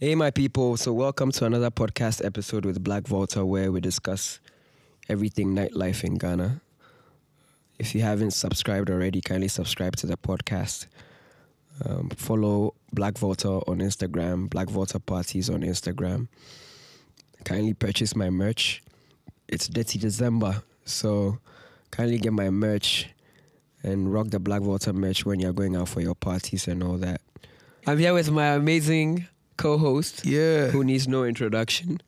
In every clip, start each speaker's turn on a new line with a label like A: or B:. A: Hey, my people. So, welcome to another podcast episode with Black Volta, where we discuss everything nightlife in Ghana. If you haven't subscribed already, kindly subscribe to the podcast. Um, follow Black Volta on Instagram, Black Volta Parties on Instagram. Kindly purchase my merch. It's Dirty December, so kindly get my merch and rock the Black Volta merch when you're going out for your parties and all that. I'm here with my amazing co host
B: Yeah.
A: who needs no introduction.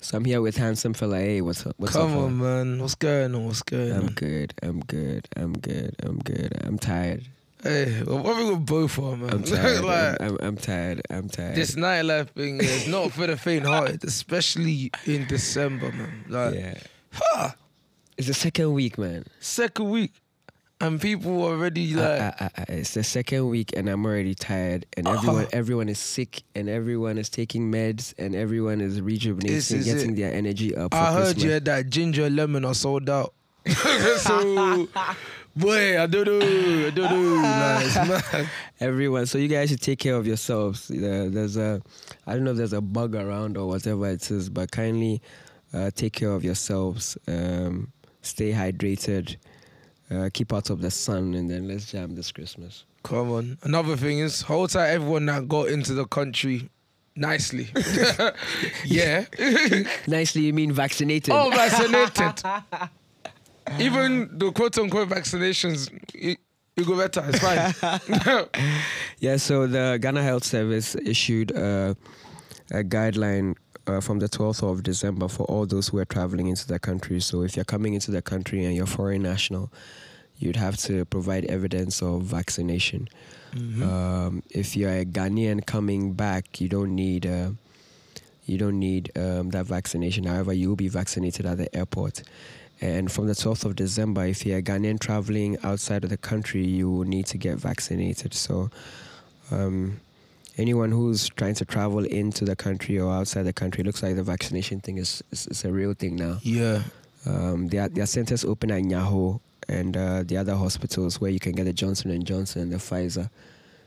A: So I'm here with handsome fella. Hey, what's up? Um, What's
B: Come
A: up,
B: on, man. What's going on? What's going
A: fella? I'm
B: on?
A: good. I'm good. I'm good. I'm good. I'm tired.
B: Hey, well, what we got both on, man?
A: I'm tired.
B: like,
A: I'm, I'm, I'm tired. I'm tired.
B: this nightlife thing is not for the faint-hearted, especially in December, man. Like,
A: yeah. It's the second week, man.
B: second week, and people already
A: I-
B: like,
A: I- I- I- Uh, it's the second week, and I'm already tired. And everyone,
B: Ah.
A: everyone is sick, and everyone is taking meds, and everyone is rejuvenating,
B: This is
A: getting
B: it.
A: their energy up. For
B: I heard
A: Christmas.
B: you had that ginger lemon are sold out. so, boy, I don't know, I don't know. Like, it's mad.
A: everyone. So you guys should take care of yourselves. Uh, there's a, I don't know if there's a bug around or whatever it is, but kindly uh, take care of yourselves. Um, stay hydrated. Uh, keep out of the sun, and then let's jam this Christmas.
B: Come on. Another thing is, hold tight everyone that got into the country nicely. yeah.
A: Nicely, you mean vaccinated?
B: all vaccinated. Even the quote unquote vaccinations, you, you go better. It's fine.
A: Yeah, so the Ghana Health Service issued uh, a guideline uh, from the 12th of December for all those who are traveling into the country. So if you're coming into the country and you're foreign national, you'd have to provide evidence of vaccination. Um, if you're a Ghanaian coming back, you don't need uh, you don't need um, that vaccination. However, you will be vaccinated at the airport. And from the 12th of December, if you're a Ghanaian traveling outside of the country, you will need to get vaccinated. So, um, anyone who's trying to travel into the country or outside the country, it looks like the vaccination thing is, is, is a real thing now.
B: yeah.
A: Um, there, are, there are centers open at Nyaho and uh, the other hospitals where you can get the Johnson and Johnson and the Pfizer.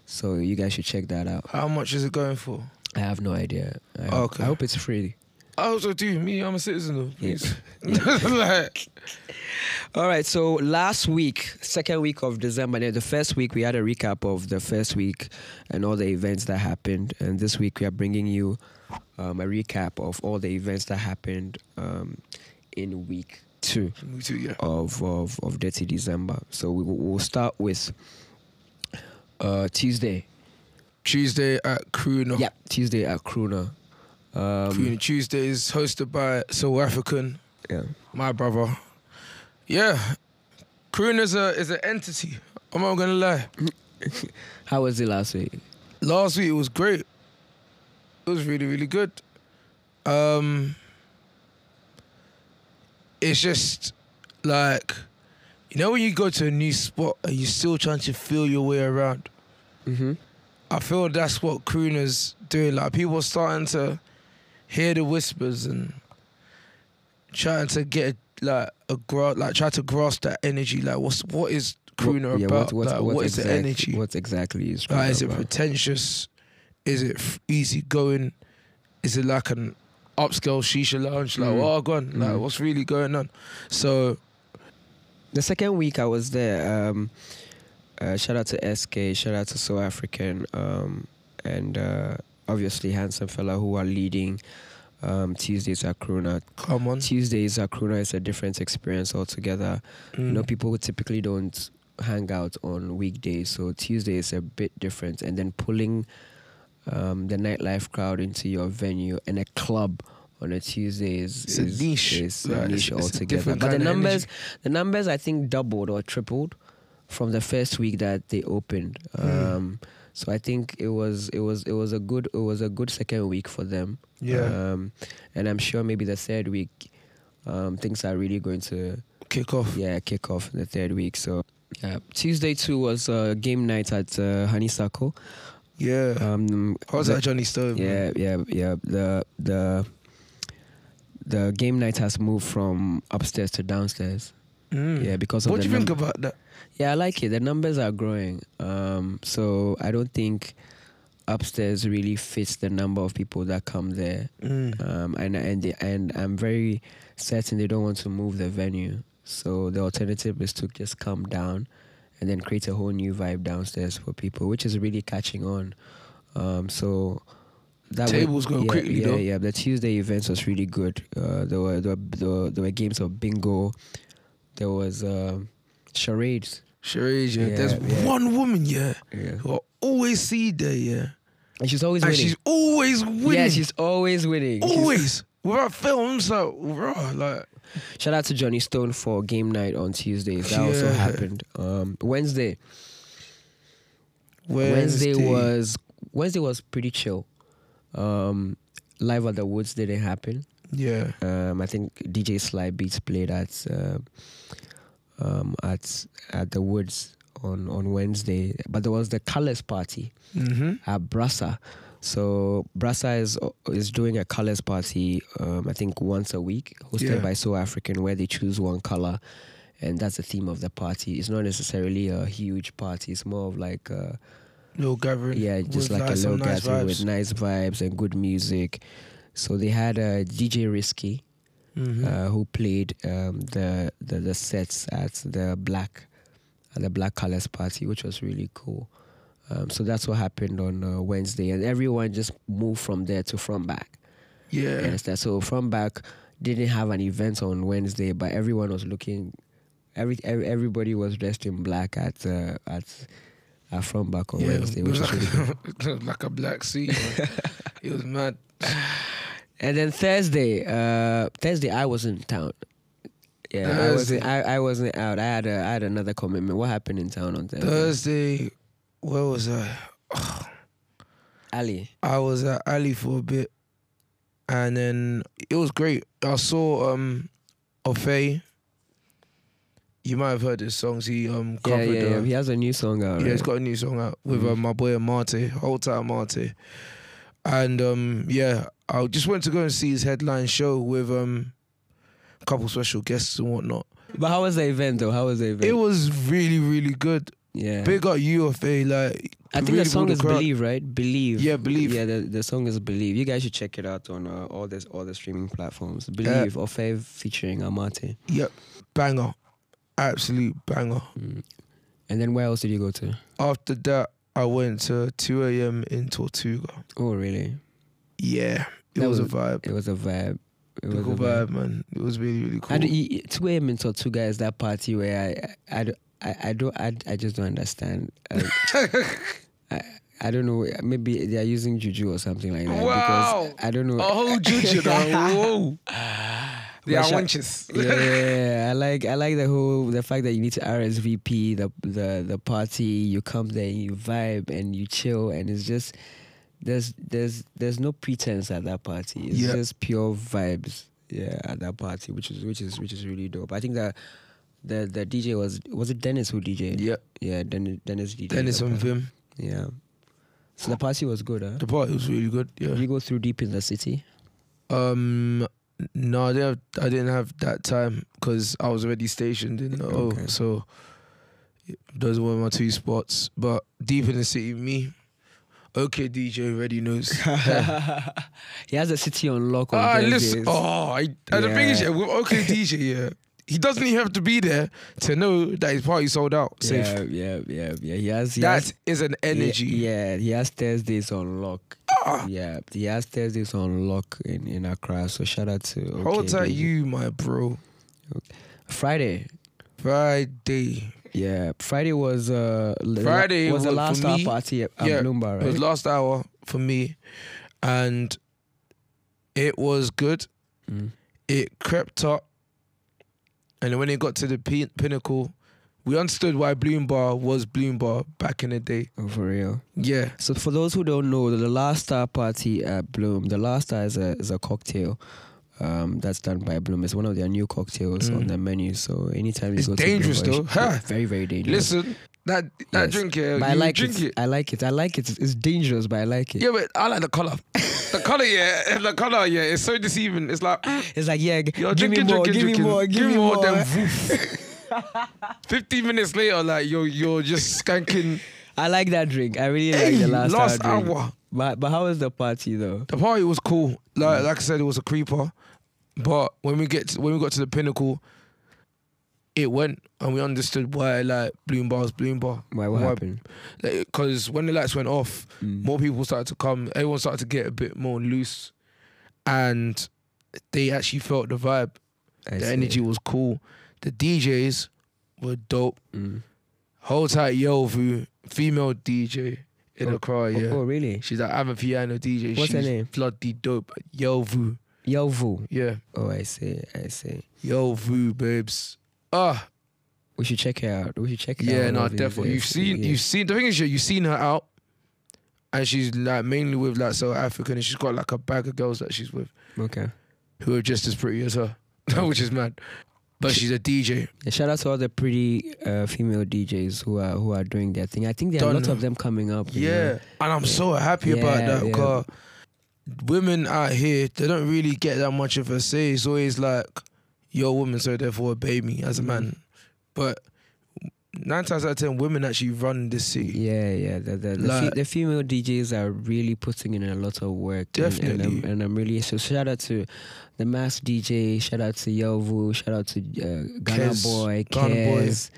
A: So you guys should check that out.
B: How much is it going for?
A: I have no idea. I, hope-
B: Okay.
A: I hope it's free.
B: I also do. Me, I'm a citizen though. Please. like,
A: All right. So last week, second week of December, the first week we had a recap of the first week and all the events that happened. And this week we are bringing you um, a recap of all the events that happened um, in week two.
B: me too, yeah.
A: of of, of Dirty December. So we will we'll start with uh, Tuesday.
B: Tuesday at Kruna.
A: Yeah, Tuesday at Kruna. Um,
B: Kruna Tuesday is hosted by South African,
A: yeah,
B: my brother. Yeah. Kruna is a is an entity. I'm not gonna lie.
A: how was it last week?
B: last week it was great. It was really, really good. Um It's just like you know when you go to a new spot and you're still trying to feel your way around.
A: Mm-hmm.
B: I feel that's what crooners doing. Like people starting to hear the whispers and trying to get like a grasp, like try to grasp that energy. Like what's what is crooner
A: yeah,
B: about?
A: What, what,
B: like,
A: what,
B: what is
A: exact-
B: the energy?
A: What exactly is
B: Like,
A: Kruna
B: is it
A: about?
B: pretentious? Is it f- easy going? Is it like an upscale shisha lounge? Like,
A: Mm.
B: oh, gone. Like,
A: Mm.
B: what's really going on? So,
A: The second week I was there. Um, uh, shout out to SK. Shout out to South African. Um, and uh, obviously handsome fella who are leading um, Tuesdays at Kruna.
B: come on.
A: Tuesdays at Kruna is a different experience altogether. You know,
B: Mm.
A: people who typically don't hang out on weekdays, so Tuesday is a bit different. And then pulling um, the nightlife crowd into your venue and a club on a Tuesday is
B: It's a
A: is-
B: niche.
A: is a
B: Like, it's-
A: niche
B: it's a
A: altogether.
B: different
A: But the
B: kind of
A: numbers, the numbers, I think doubled or tripled from the first week that they opened.
B: Mm.
A: Um, so I think it was it was it was a good it was a good second week for them.
B: Yeah.
A: Um, and I'm sure maybe the third week, um, things are really going to
B: Kick off.
A: yeah kick off in the third week. So yeah, Tuesday too was uh, game night at uh, Honeysuckle.
B: Yeah.
A: Um,
B: How's
A: the-
B: that Johnny Stone? man?
A: Yeah, yeah, yeah. The the the game night has moved from upstairs to downstairs.
B: Mm.
A: Yeah, because of
B: What
A: the
B: do you think
A: num-
B: about that?
A: yeah, I like it. The numbers are growing. Um, so I don't think upstairs really fits the number of people that come there,
B: Mm.
A: um, and and they, and I'm very certain they don't want to move the venue. So the alternative is to just come down, and then create a whole new vibe downstairs for people, which is really catching on. Um, so that way-
B: Tables go
A: yeah,
B: quickly,
A: yeah,
B: though.
A: Yeah, the Tuesday events was really good. Uh, there were there were, there were there were games of bingo. There was um charades.
B: Charades, yeah.
A: Yeah,
B: There's
A: yeah.
B: one woman, yeah,
A: Yeah,
B: who I always see there, yeah.
A: and she's always
B: and
A: winning.
B: she's always winning. Oh.
A: Yeah, she's always winning. She's-
B: always. Without films, like, raw, like,
A: Shout out to Johnny Stone for game night on Tuesdays. That also
B: Yeah.
A: happened. Um, Wednesday.
B: Wednesday,
A: Wednesday was Wednesday was pretty chill. Um, Live at the Woods didn't happen.
B: Yeah.
A: Um, I think DJ Sly Beats played at uh, um, at at the Woods on on Wednesday, but there was the Colors Party
B: Mm-hmm.
A: at Brasa. So Brasa is is doing a colors party. Um, I think once a week, hosted
B: Yeah.
A: by So African, where they choose one color, and that's the theme of the party. It's not necessarily a huge party. It's more of like a,
B: Little gathering.
A: yeah, just
B: with,
A: like a
B: some
A: little
B: nice
A: gathering
B: vibes.
A: with nice vibes and good music. So they had uh, DJ Risky,
B: Mhm.
A: uh, who played um, the, the the sets at the black at the black colors party, which was really cool. Um, so that's what happened on uh, Wednesday, and everyone just moved from there to from back.
B: yeah.
A: You understand? So from back didn't have an event on Wednesday, but everyone was looking. Every, every everybody was dressed in black at uh, at at from back on Wednesday,
B: it
A: which
B: was
A: is really cool.
B: like, it was like a black sea. man. it was mad.
A: And then Thursday, uh, Thursday I was in town. Yeah, I
B: Thursday.
A: wasn't. I, I wasn't out. I had a, I had another commitment. What happened in town on Thursday?
B: Thursday, where was I?
A: Ali.
B: I was at Ali for a bit, and then it was great. I saw um, Ofe. You might have heard his songs. He um
A: Yeah,
B: covered.
A: yeah,
B: uh,
A: yeah. He has a new song out.
B: Yeah,
A: right?
B: he's got a new song out with uh,
A: Mhm.
B: my boy Amate, whole time Amate. And um, yeah, I just went to go and see his headline show with um, a couple special guests and whatnot.
A: But how was the event though? How was the event?
B: It was really, really good.
A: yeah.
B: Big up UFA, like
A: I think
B: really
A: the song
B: brought
A: is
B: crowd.
A: Believe, right? Believe.
B: Yeah, Believe.
A: Yeah, the, the song is Believe. You guys should check it out on uh, all this all the streaming
B: Uh,
A: platforms. Believe or Fave featuring Amate.
B: Yep, banger, absolute banger.
A: Mm. And then where else did you go to?
B: After that, I went to 2 a.m. in Tortuga.
A: Oh, really?
B: Yeah, it
A: That
B: was,
A: was-
B: a vibe.
A: It was a vibe. It was
B: Big
A: a
B: cool vibe, man. It was really, really cool.
A: I don't, you, two AM in Tortuga is that party where I I, don't- I, I don't I, I just don't understand. I, I, I don't know. Maybe they are using juju or something like that.
B: Wow.
A: Because I don't know.
B: Oh, Juju, though. Whoa.
A: But sha-
B: wenches.
A: yeah, yeah, yeah. I like I like the whole the fact that you need to RSVP the the the party. You come there, you vibe, and you chill, and it's just there's there's there's no pretense at that party. It's
B: Yeah.
A: just pure vibes. Yeah, at that party, which is which is which is really dope. I think that the the DJ was was it Dennis who DJ?
B: Yeah.
A: yeah, Dennis Dennis DJ.
B: Dennis and Vim.
A: Yeah. So the party was good, huh?
B: The party was really good.
A: Did
B: Yeah.
A: you go through deep in the city?
B: Um, no, I didn't. Have, I didn't have that time because I was already stationed in the O.
A: Okay.
B: So those were my two spots. But deep in the city, me. Okay, DJ already knows.
A: he has the city on lock on
B: Ah,
A: Thursdays.
B: listen. Oh, I, and the thing is,
A: Yeah.
B: yeah, with okay, DJ, yeah, he doesn't even have to be there to know that his party sold out. Safe.
A: Yeah, yeah, yeah, yeah. He has he
B: That
A: has,
B: is an energy.
A: Yeah, yeah, he has Thursdays on lock.
B: Ah,
A: Yeah, he has Thursdays on lock in in Accra. So shout out to. Okay,
B: Hold tight,
A: David.
B: you, my bro.
A: Friday.
B: Friday.
A: Yeah, Friday was uh the la-
B: Friday
A: was the
B: was-
A: last
B: for
A: hour
B: me,
A: party at at
B: yeah,
A: Bloomba,
B: It was
A: right?
B: last hour for me, and it was good.
A: Mm.
B: It crept up, and then when it got to the pin- pinnacle, we understood why Bloom Bar was Bloom Bar back in the day.
A: Oh, for real.
B: Yeah,
A: So for those who don't know, the last star party at Bloom, the last star is a is a cocktail. Um, that's done by Bloom. It's one of their new cocktails on
B: Mm.
A: their menu. So anytime you
B: It's
A: go to
B: dangerous
A: Bloomba, you
B: though.
A: should-
B: Ha!
A: Very very dangerous.
B: listen, that that
A: Yes.
B: drink here,
A: But I
B: you
A: like
B: drink
A: it.
B: it.
A: I like it. I like it. It's dangerous, but I like it.
B: Yeah, but I like the color. the color, yeah, the color, yeah. It's so deceiving. It's like
A: It's like, yeah, g-
B: You're
A: give
B: drinking,
A: me more,
B: drinking,
A: give
B: drinking.
A: me more, give, me more.
B: Then woof. Fifteen minutes later, like you're you're just skanking
A: I like that drink. I really like the last,
B: last
A: hour. drink.
B: hour.
A: But but how was the party though?
B: The party was cool.
A: Mm.
B: Like like I said, it was a creeper. But when we get to, when we got to the pinnacle, it went and we understood why like Bloom Bar's Bloom Bar.
A: Why what happened?
B: Because when the lights went off,
A: Mm.
B: more people started to come. Everyone started to get a bit more loose, and they actually felt the vibe.
A: I
B: the
A: see.
B: energy was cool. The DJs were dope.
A: Mm.
B: Oh, Hold tight, Yovu, female DJ in the crowd. Yeah,
A: Oh, oh, really?
B: she's like I'm a piano DJ.
A: What's her
B: she's
A: name?
B: Bloody dope, Yovu.
A: Yovu.
B: Yeah.
A: Oh, I see. I see.
B: Yo, Vu, babes. Ah,
A: We should check her out. We should check her out.
B: yeah,
A: on
B: no,
A: all these
B: definitely. You've
A: days.
B: seen,
A: Yeah.
B: you've seen. The thing is, yeah, you've seen her out, and she's like mainly with like South African, and she's got like a bag of girls that she's with
A: okay.
B: who are just as pretty as her, which is mad. But she's a DJ.
A: Yeah, shout out to all the pretty uh, female DJs who are who are doing their thing. I think there are a
B: Done.
A: lot of them coming up. you know.
B: Yeah, and I'm so happy
A: Yeah,
B: about that
A: yeah.
B: because women out here they don't really get that much of a say. It's always like you're a woman, so therefore obey me as a
A: Mm.
B: man. But nine times out of ten, women actually run this city.
A: Yeah, yeah. The the, the, fe-
B: Like-
A: the female DJs are really putting in a lot of work. and- And,
B: Definitely.
A: I'm, and I'm really so shout out to the mass DJ. Shout out to Yovu. Shout out to uh, Ghana
B: Kez,
A: Boy,
B: Ghana Boy.
A: Kez,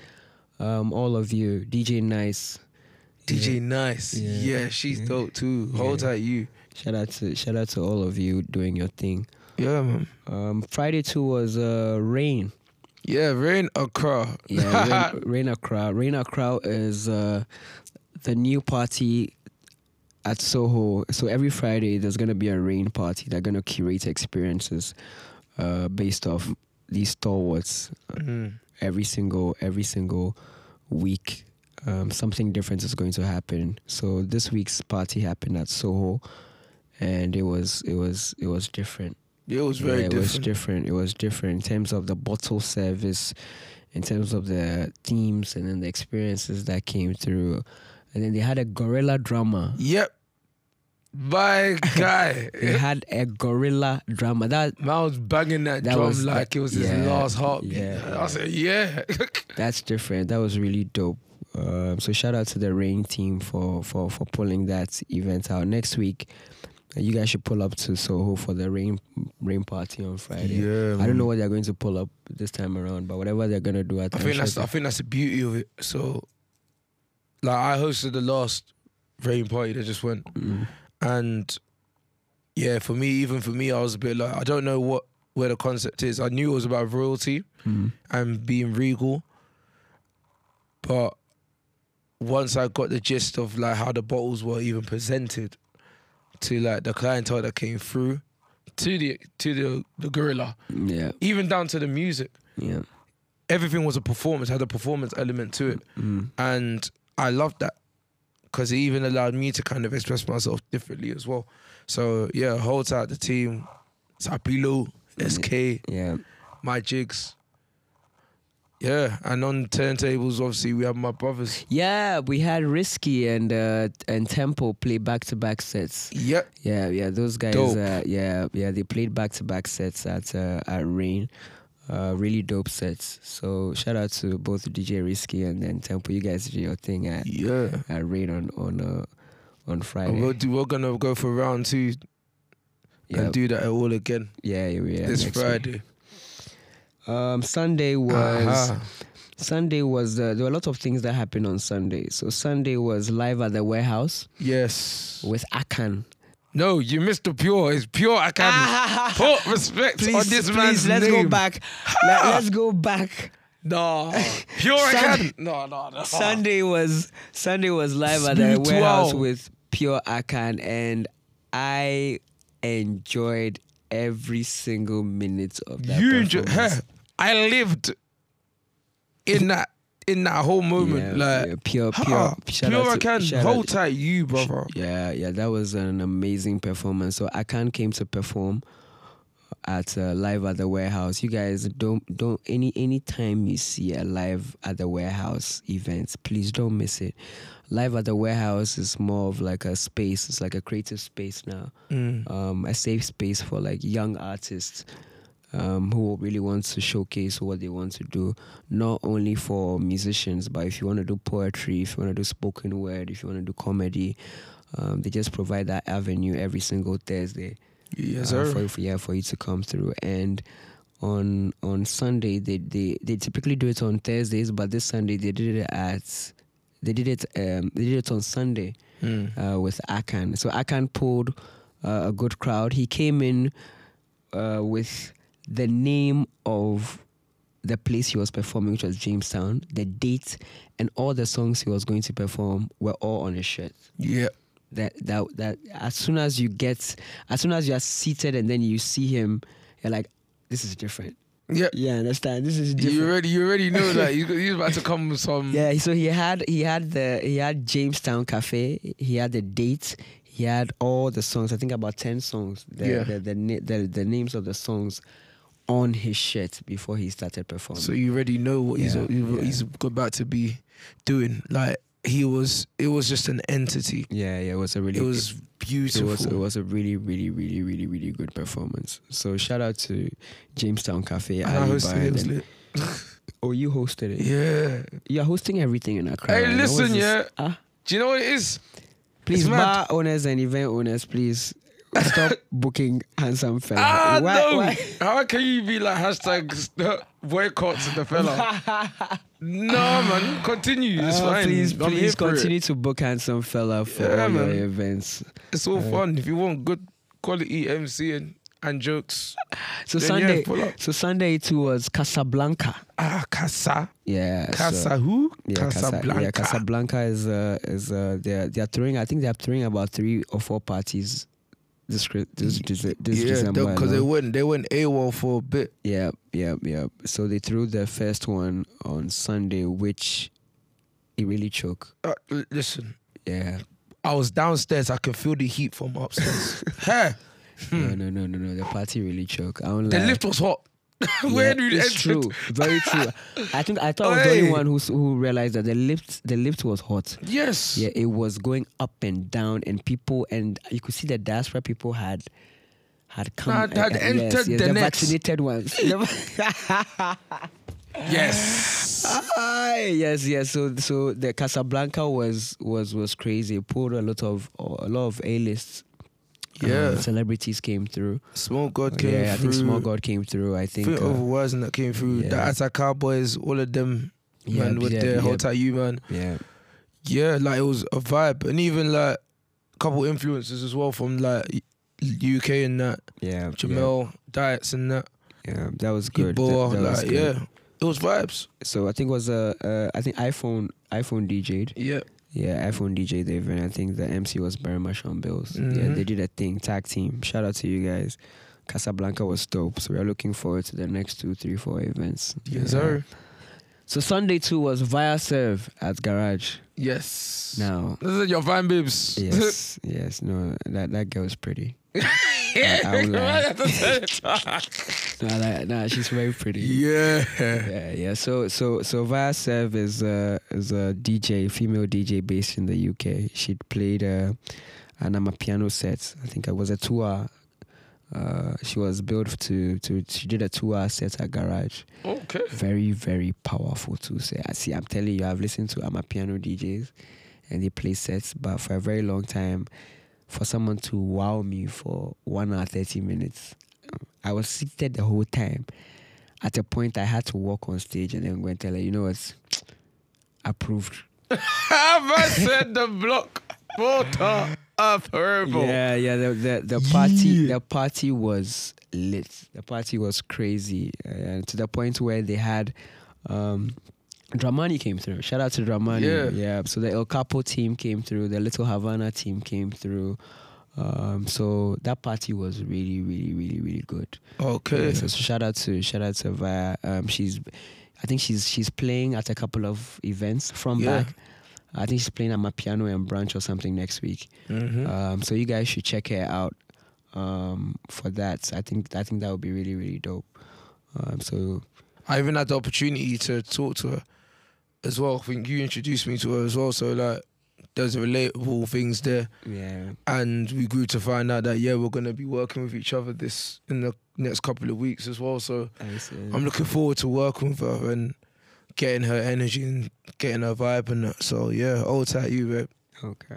A: um, all of you, DJ Nice.
B: DJ Nice.
A: Yeah.
B: Yeah, she's
A: Yeah.
B: dope too. Hold
A: Yeah.
B: tight, you.
A: Shout out to shout out to all of you doing your thing.
B: Yeah, man.
A: Um, Friday two was uh, rain.
B: Yeah, Rain Accra.
A: Yeah, Rain, Rain Accra. Rain Accra is uh, the new party at Soho. So every Friday there's gonna be a rain party. They're gonna curate experiences uh, based off these stalwarts uh,
B: Mhm.
A: every single every single week. Um, something different is going to happen. So this week's party happened at Soho, and it was it was it was different.
B: It was very
A: Yeah, it was
B: different.
A: different. It was different in terms of the bottle service, in terms of the themes, and then the experiences that came through. And then they had a gorilla drama.
B: yep. My guy.
A: They had a gorilla drama. That
B: Man was banging that,
A: That
B: drum
A: was-
B: like it was his
A: yeah,
B: last heartbeat.
A: yeah.
B: I said, yeah.
A: that's different. That was really dope. Um, so shout out to the rain team for for for pulling that event out next week. uh, You guys should pull up to Soho for the rain rain party on Friday. I don't know what they're going to pull up this time around, but whatever they're gonna do, I,
B: I think that's I think that's the beauty of it. So, like, I hosted the last Rain party that just went, and yeah, for me, even for me, I was a bit like, I don't know what where the concept is. I knew it was about royalty, and being regal. But once I got the gist of like how the bottles were even presented to like the clientele that came through to the to the the gorilla,
A: yeah,
B: even down to the music,
A: yeah.
B: everything was a performance, had a performance element to it,
A: Mm.
B: and I loved that because it even allowed me to kind of express myself differently as well. So yeah, holds out the team, Sapilo, SK,
A: Yeah,
B: my jigs. Yeah, and on turntables, obviously we have my brothers.
A: yeah. We had Risky and uh, and Tempo play back to back sets.
B: Yep.
A: Yeah, yeah. Those guys.
B: Dope.
A: Uh, yeah, yeah. They played back to back sets at uh, at Rain. Uh, really dope sets. So shout out to both DJ Risky and then Tempo. You guys did your thing at,
B: Yeah.
A: at Rain on on uh, on
B: And we'll
A: Friday.
B: do, we're gonna go for round two
A: Yeah,
B: and do that all again
A: yeah, yeah. yeah,
B: this
A: next week.
B: Friday.
A: Um, Sunday was.
B: Aha.
A: Sunday was uh, there were a lot of things that happened on Sunday. So Sunday was live at the warehouse
B: Yes.
A: with Akan.
B: No, you missed the pure. It's pure academy. Put respect
A: Ah. please,
B: on this
A: please,
B: man's
A: let's
B: name. Ah.
A: go back. Let, us go back.
B: No, pure
A: Sunday-
B: academy. No, no, no.
A: Sunday was Sunday was live at the
B: Spiritual.
A: warehouse with Pure Akan, and I enjoyed every single minute of that.
B: you ju-
A: performance.
B: Huh. I lived in that in that whole moment.
A: Yeah,
B: like
A: yeah, pure, pure,
B: huh,
A: shout out
B: pure
A: to-
B: academy.
A: shout out
B: Hold tight, you brother.
A: Yeah, yeah, that was an amazing performance. So Akan came to perform at uh, live at the warehouse. You guys don't don't any any time you see a live at the warehouse event, please don't miss it. Live at the warehouse is more of like a space. It's like a creative space now, um, a safe space for like young artists. um, who really wants to showcase what they want to do, not only for musicians, but if you want to do poetry, if you want to do spoken word, if you want to do comedy, um, they just provide that avenue every single Thursday
B: Yes,
A: uh,
B: sir.
A: for, for yeah for you to come through and on on Sunday they, they they typically do it on Thursdays but this Sunday they did it at they did it um they did it on Sunday
B: Mm.
A: uh, with Akan so Akan pulled uh, a good crowd he came in uh, with the name of the place he was performing which was Jamestown the date and all the songs he was going to perform were all on his shirt
B: Yeah.
A: that that that as soon as you get as soon as you are seated and then you see him you're like this is different
B: Yeah.
A: yeah understand this is
B: You
A: different
B: already, you already know that he's, he's about to come with some.
A: yeah so he had he had the he had jamestown cafe he had the date he had all the songs i think about 10 songs the
B: Yeah.
A: the, the, na- the, the names of the songs on his shirt before he started performing
B: So you already know what he's
A: Yeah,
B: he's-
A: yeah.
B: he's about to be doing. Like he was, it was just an entity.
A: yeah yeah it was a really
B: It was
A: it
B: beautiful.
A: was, it was a really, really, really, really, really good performance. So shout out to Jamestown Cafe.
B: And I
A: Ali
B: hosted it, it
A: Byrd
B: was
A: and-
B: lit.
A: Oh, you hosted it.
B: Yeah.
A: You're hosting everything in Accra.
B: Hey,
A: right? Now, what's
B: listen,
A: this-
B: yeah.
A: Ah,
B: Do you know what it is?
A: please,
B: mad.
A: bar owners and event owners, please stop booking handsome fella.
B: Ah
A: Why-
B: no!
A: why-
B: How can you be like hashtag boycott the fella? no man, continue. It's
A: Oh,
B: fine.
A: please,
B: I'm here
A: please
B: for it.
A: continue to book handsome fella for
B: Yeah,
A: all
B: man.
A: your events.
B: It's all fun if you want good quality MCing and jokes.
A: So
B: Then, yeah,
A: Sunday,
B: pull up.
A: so Sunday it was Casablanca.
B: Ah, Casa,
A: Yeah, so-
B: Casa who?
A: Yeah, Casa-
B: Casablanca.
A: yeah, Casablanca is uh, is uh, they're they're throwing. I think they're throwing about three or four parties this cri- this, this, this
B: Yeah,
A: December.
B: because they
A: alone.
B: went they went AWOL for a bit.
A: Yeah, yeah, yeah. So they threw the first one on Sunday, which it really choked.
B: Uh, l- listen,
A: Yeah.
B: I was downstairs. I can feel the heat from upstairs. hey,
A: No, no, no, no, no. The party really choked. I don't
B: Hmm. the
A: lie.
B: lift was hot.
A: Yeah,
B: Where did we
A: it's
B: enter?
A: true. Very true. I think I thought I was the only
B: Oi.
A: one who s- who realized that the lift the lift was hot.
B: Yes.
A: Yeah, it was going up and down, and people and you could see the diaspora people had had come
B: Had-
A: uh,
B: had
A: uh, yes,
B: entered
A: yes,
B: the
A: the
B: nets.
A: vaccinated ones.
B: Yes.
A: Ah, yes, yes. So, so the Casablanca was was was crazy. It pulled a lot of a lot of A lists.
B: Yeah.
A: celebrities came through.
B: Small God came
A: yeah, I
B: through.
A: think Small God came through. I think.
B: Think
A: uh,
B: of words that came through.
A: yeah.
B: The Attack Cowboys, all of them,
A: Yeah,
B: man, with
A: yeah,
B: their
A: yeah.
B: whole tight you, man.
A: yeah,
B: Yeah, like it was a vibe, and even like a couple influences as well from like UK and that
A: yeah,
B: Jamel Diets and that
A: Yeah, yeah. that was good.
B: Ebola,
A: that, that was
B: like
A: good.
B: yeah, it was vibes.
A: So I think it was uh, uh I think iPhone iPhone DJ'd.
B: Yeah,
A: Yeah, iPhone DJ they and I think the MC was very much on bills. Yeah,
B: Mhm.
A: they did a thing, tag team. Shout out to you guys. Casablanca was dope. So we are looking forward to the next two, three, four events.
B: yes
A: Yeah.
B: sir.
A: So Sunday too was via serve at garage.
B: Yes.
A: Now
B: This is your fine babes.
A: yes, yes, no, that that girl is pretty. I-
B: yeah.
A: I would like-
B: yeah.
A: Nah, that, nah, she's very pretty. Yeah, yeah. So, so, so Via Sev is a is a DJ, female DJ based in the UK. She played uh, an amapiano set. I think it was a tour. Uh, she was built to to. She did a two-hour set at Garage.
B: Okay.
A: Very, very powerful to say. I see. I'm telling you, I've listened to amapiano DJs, and they play sets. But for a very long time, for someone to wow me for one hour thirty minutes, I was seated the whole time. At a point, I had to walk on stage and then go and tell her, you know what, approved.
B: Have I said the block? Water of herbal.
A: Yeah, yeah. The the, the party
B: Yeah.
A: the party was lit. The party was crazy, uh, to the point where they had. Um, Dramani came through. Shout out to Dramani.
B: Yeah.
A: So the El Capo team came through. The Little Havana team came through. Um, so that party was really, really, really, really good.
B: Okay.
A: Yeah, so, so shout out to shout out to Via. Um, she's, I think she's she's playing at a couple of events from
B: Yeah.
A: back. I think she's playing at my piano and branch or something next week.
B: Mhm.
A: Um, so you guys should check her out um, for that. I think I think that would be really really dope. Um, so
B: I even had the opportunity to talk to her as well. I think you introduced me to her as well. So like there's relatable things there,
A: Yeah.
B: and we grew to find out that yeah, we're gonna be working with each other this in the next couple of weeks as well. So
A: I see.
B: I'm looking forward to working with her and getting her energy and getting her vibe and that. So yeah, all tight you, babe.
A: okay.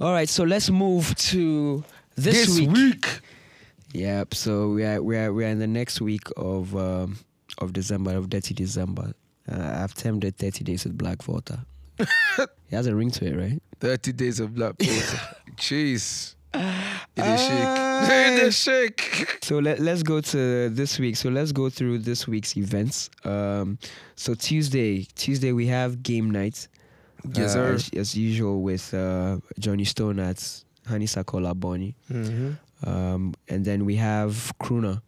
A: All right, so let's move to this, Yep. So we are we are we are in the next week of um, of December of Dirty December. Uh, I've termed it Thirty Days with Black Volta. it has a ring to it, right?
B: Thirty days of black water. Jeez. It is
A: Aye.
B: shake. It is shake.
A: So let, let's go to this week. So let's go through this week's events. Um, so Tuesday, Tuesday we have game night.
B: Yes,
A: uh,
B: sir.
A: As, as usual with uh, Johnny Stone at Honey Sakola Bonnie.
B: Mm-hmm.
A: Um, and then we have Kruna.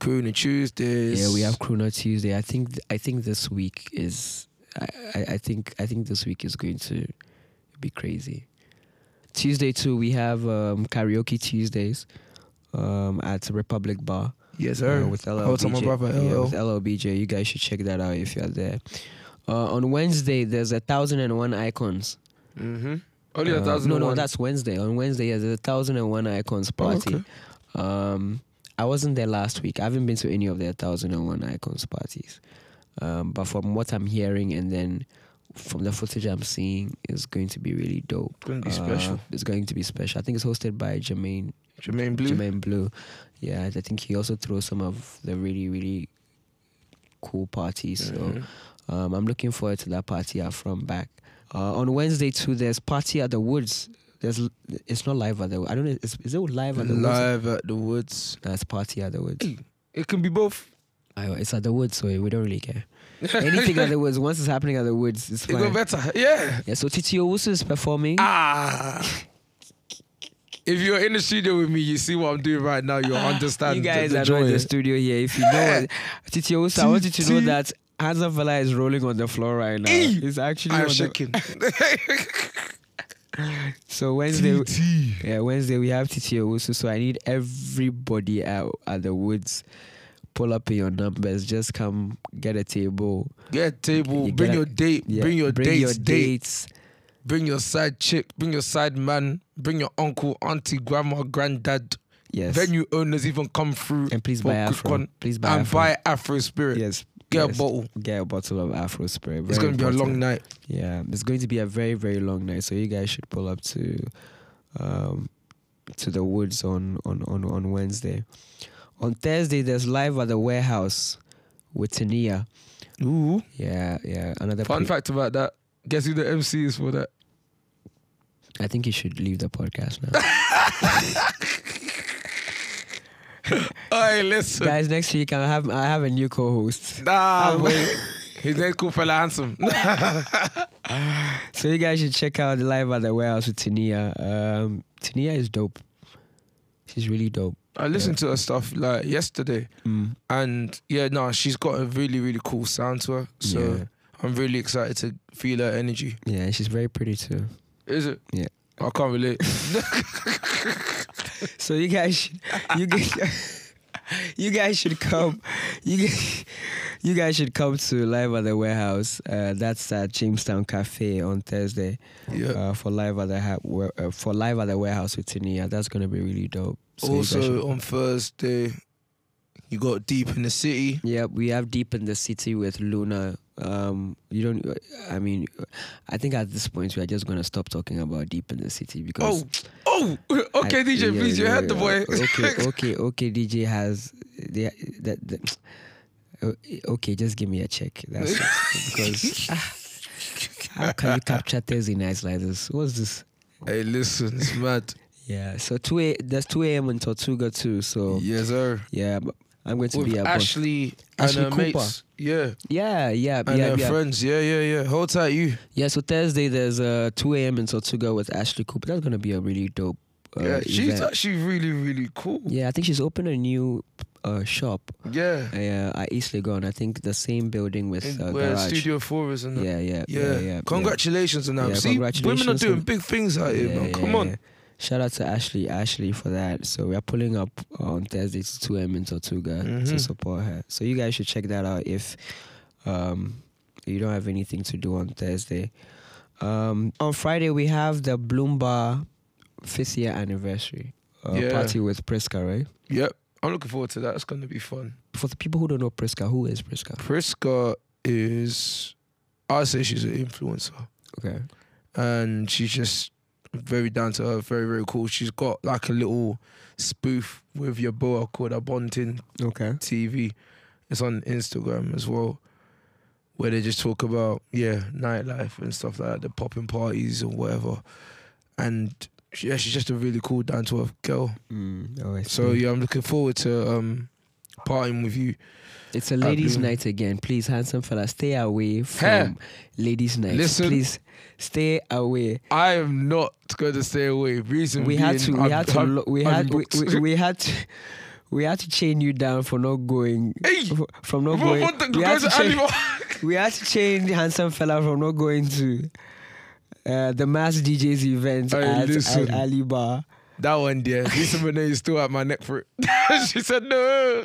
B: Crooner Tuesdays.
A: yeah, we have Kruna Tuesday. I think I think this week is I, I, I think I think this week is going to be crazy. Tuesday too, we have um, karaoke Tuesdays um, at Republic Bar.
B: Yes,
A: uh,
B: sir.
A: with LLBJ.
B: Hold on, my brother,
A: Yeah,
B: LL.
A: with LLBJ. You guys should check that out if you're there. Uh, on Wednesday, there's a thousand and one icons.
B: Mm-hmm. Only a
A: Uh,
B: thousand.
A: No,
B: and
A: no,
B: one.
A: that's Wednesday. On Wednesday, yeah, there's a thousand and one icons
B: Oh,
A: party.
B: okay.
A: Um, I wasn't there last week. I haven't been to any of their thousand and one icons parties. Um, but from what I'm hearing and then from the footage I'm seeing, it's going to be really dope.
B: Gonna be
A: Uh,
B: special.
A: it's going to be special. I think it's hosted by Jermaine
B: Jermaine Blue.
A: Jermaine Blue. Yeah, I think he also throws some of the really, really cool parties.
B: Mhm.
A: So um, I'm looking forward to that party out from back. Uh, on Wednesday too, there's party at the Woods. There's it's not live at the. I don't know. Is, is it live at the Woods?
B: Live at the woods.
A: That's party at the Woods.
B: It can be both.
A: I, it's at the Woods, so we don't really care. Anything at the Woods. Once it's happening at the Woods, it's
B: It go
A: fine.
B: better. Yeah.
A: Yeah, so Titi Owusu is performing.
B: Ah. If you're in the studio with me, you see what I'm doing right now. You'll understand.
A: You guys
B: the, the
A: are not in
B: joy.
A: the studio here. If you know what, Titi Owusu, I want you to know
B: Titi.
A: that Hansa Vela is rolling on the floor right now.
B: Hey!
A: He's actually on
B: I'm
A: the-
B: shaking.
A: so Wednesday, yeah, Wednesday we have Titi Owusu. So I need everybody out at the woods. Pull up your numbers. Just come get a table.
B: Get table.
A: You
B: bring
A: gotta-
B: your date.
A: Yeah,
B: Bring your
A: bring
B: dates.
A: your
B: date.
A: dates.
B: Bring your side chick. Bring your side man. Bring your uncle, auntie, grandma, granddad.
A: Yes.
B: Venue owners even come through.
A: and please
B: for
A: buy
B: a quick
A: Afro.
B: one.
A: Please buy
B: and
A: Afro.
B: buy Afro Spirit.
A: yes.
B: Get
A: yes.
B: a bottle.
A: Get a bottle of Afro spray.
B: It's going to be a long night.
A: Yeah, it's going to be a very very long night. So you guys should pull up to, um, to the woods on on on on Wednesday. On Thursday, there's live at the warehouse with Tania.
B: Ooh.
A: Yeah, yeah. Another
B: Fun
A: pre-
B: fact about that. Guess who the MC is for that?
A: I think you should leave the podcast now,
B: Hey, listen.
A: guys. Next week, I have I have a new co-host.
B: Nah,
A: I'm
B: wait. His name cool fella handsome.
A: So you guys should check out the live at the warehouse with Tania. Um, Tania is dope. She's really dope.
B: I listened to her stuff like yesterday,
A: Mm.
B: and yeah, no, she's got a really, really cool sound to her. So
A: Yeah.
B: I'm really excited to feel her energy.
A: Yeah, and she's very pretty too.
B: Is it?
A: Yeah.
B: I can't relate.
A: So you guys, should, you guys, you guys should come. You guys, you guys should come to live at the warehouse. Uh, that's at Jamestown Cafe on Thursday
B: Yeah.
A: uh, for live at the ha- wa- uh, for live at the warehouse with Tania. That's gonna be really dope. So you guys should-
B: also on Thursday, you got deep in the city.
A: yeah, we have Deep in the City with Luna. Um, you don't. I mean, I think at this point we are just gonna stop talking about Deep in the City because
B: Oh, oh, okay,
A: I-
B: DJ,
A: yeah,
B: please, you
A: yeah,
B: heard the
A: yeah.
B: boy.
A: Okay, okay, okay. DJ has the that. that uh, okay, just give me a check. That's it. because ah, how can you capture Thursday nights like this? What's this?
B: Hey, listen, it's mad.
A: Yeah. So two a there's two a.m. in Tortuga too. So
B: Yes, sir.
A: yeah, but I'm going to
B: With
A: be at Bon-
B: Ashley and
A: Ashley
B: her
A: Cooper.
B: mates. Yeah,
A: Yeah, yeah,
B: and
A: yeah,
B: her
A: yeah.
B: friends. Yeah, yeah, yeah. Hold tight, you.
A: Yeah. So Thursday there's uh two a.m. in Tortuga with Ashley Cooper. That's gonna be a really dope. Uh,
B: yeah, she's
A: event.
B: actually really, really cool.
A: yeah. I think she's opened a new uh, shop
B: Yeah.
A: Yeah, at East Legon. I think the same building with
B: In-
A: uh,
B: where
A: garage.
B: Studio Four is and that.
A: yeah, yeah,
B: Yeah.
A: yeah, yeah.
B: Congratulations on that.
A: Yeah,
B: See, women are
A: congratulations
B: doing
A: on-
B: big things out
A: yeah.
B: here,
A: Yeah,
B: man.
A: yeah,
B: Come
A: yeah.
B: on.
A: Shout out to Ashley, Ashley for that. So we are pulling up on Thursday to 2 a.m. in Tortuga to
B: Mhm.
A: support her. So you guys should check that out if um, you don't have anything to do on Thursday. Um, on Friday we have the Bloomba fifth year anniversary uh,
B: Yeah.
A: party with Priska, right?
B: Yep. I'm looking forward to that. It's going to be fun.
A: For the people who don't know Priska, who is Priska?
B: Priska is, I say she's an influencer,
A: Okay.
B: and she's just very down to earth, very very cool. She's got like a little spoof with your boa called Abontin
A: Okay.
B: TV. It's on Instagram as well, where they just talk about yeah nightlife and stuff like that, the popping parties and whatever. And she- yeah, she's just a really cool down to earth girl.
A: Mm, oh, I
B: So
A: see.
B: yeah, I'm looking forward to um partying with you.
A: it's a
B: uh,
A: ladies'
B: Bloom-
A: night again. Please, handsome fella, stay away from
B: Hey.
A: ladies' night.
B: Listen.
A: Please stay away.
B: I am not going to stay away. Reason
A: We
B: being,
A: had to. We
B: I'm-
A: had to.
B: I'm-
A: lo- We
B: I'm
A: had. We,
B: booked.
A: we, we had. To, we had to chain you down for not going.
B: Hey,
A: f- From
B: what,
A: not going.
B: what the,
A: we, had
B: guys,
A: to
B: are
A: chain,
B: animal-
A: we had to chain handsome fella from not going to uh, the mass DJs event
B: Hey,
A: at,
B: listen.
A: at Ali Bar.
B: that one, dear. Lisa Bonet is still at my neck for it. she said no.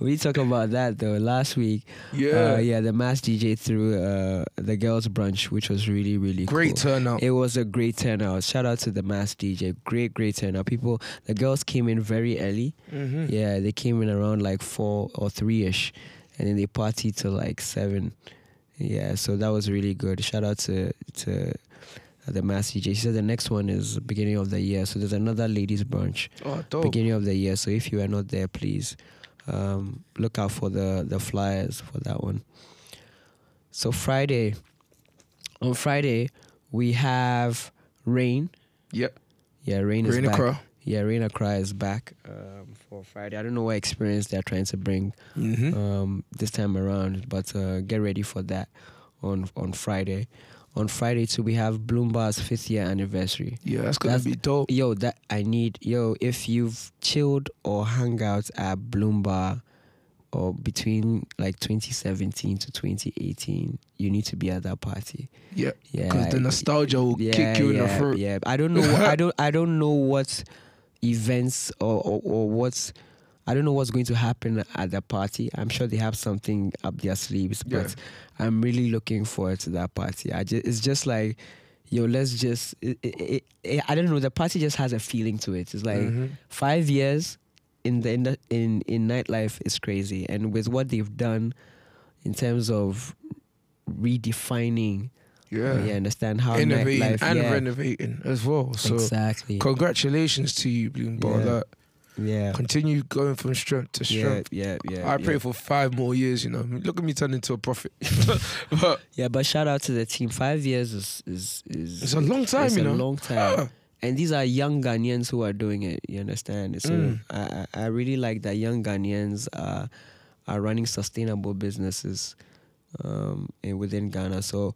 A: We talked about that though last week.
B: Yeah,
A: uh, yeah. The mass DJ threw uh, the girls' brunch, which was really, really
B: great
A: cool.
B: turnout.
A: It was a great turnout. Shout out to the mass DJ. Great, great turnout. People, the girls came in very early.
B: Mhm.
A: Yeah, they came in around like four or three ish, and then they partied till like seven. Yeah, so that was really good. Shout out to to the mass DJ. She said the next one is beginning of the year, so there's another ladies brunch
B: Oh, dope.
A: beginning of the year. So if you are not there, please um, look out for the the flyers for that one. So Friday, on Friday we have rain.
B: Yep.
A: Yeah, rain is
B: Rain
A: back.
B: Accra.
A: Yeah, rain Accra is back um, for Friday. I don't know what experience they're trying to bring
B: Mm-hmm.
A: um, this time around, but uh, get ready for that on on Friday. On Friday too, we have Bloomberg's fifth year anniversary.
B: yeah, that's gonna
A: that's-
B: be dope.
A: Yo, that I need. Yo, if you've chilled or hung out at Bloom Bar or between like 2017 to 2018, you need to be at that party.
B: Yeah,
A: Yeah.
B: because the nostalgia will
A: yeah,
B: kick you in
A: yeah,
B: the throat.
A: Yeah. I don't know. What, I don't. I don't know what events or or, or what's. I don't know what's going to happen at that party. I'm sure they have something up their sleeves,
B: Yeah.
A: but I'm really looking forward to that party. I just, it's just like, yo, let's just. It, it, it- it- I don't know. The party just has a feeling to it. It's like
B: Mhm.
A: five years in the in the- in in nightlife is crazy, and with what they've done in terms of redefining,
B: Yeah,
A: you understand how
B: innovating
A: nightlife,
B: and
A: yeah,
B: renovating as well. So,
A: exactly,
B: congratulations to you, Bloom Bar.
A: Yeah.
B: Like,
A: yeah,
B: continue going from strength to
A: yeah,
B: strength.
A: yeah, yeah.
B: I
A: yeah.
B: pray for five more years. You know, look at me turn into a prophet. but
A: Yeah, but shout out to the team. Five years is is is
B: It's a long time,
A: It's
B: you
A: a
B: know. Ah.
A: long time. And these are young Ghanaians who are doing it. You understand? So
B: Mm.
A: I I I really like that young Ghanaians are are running sustainable businesses um, in- within Ghana. So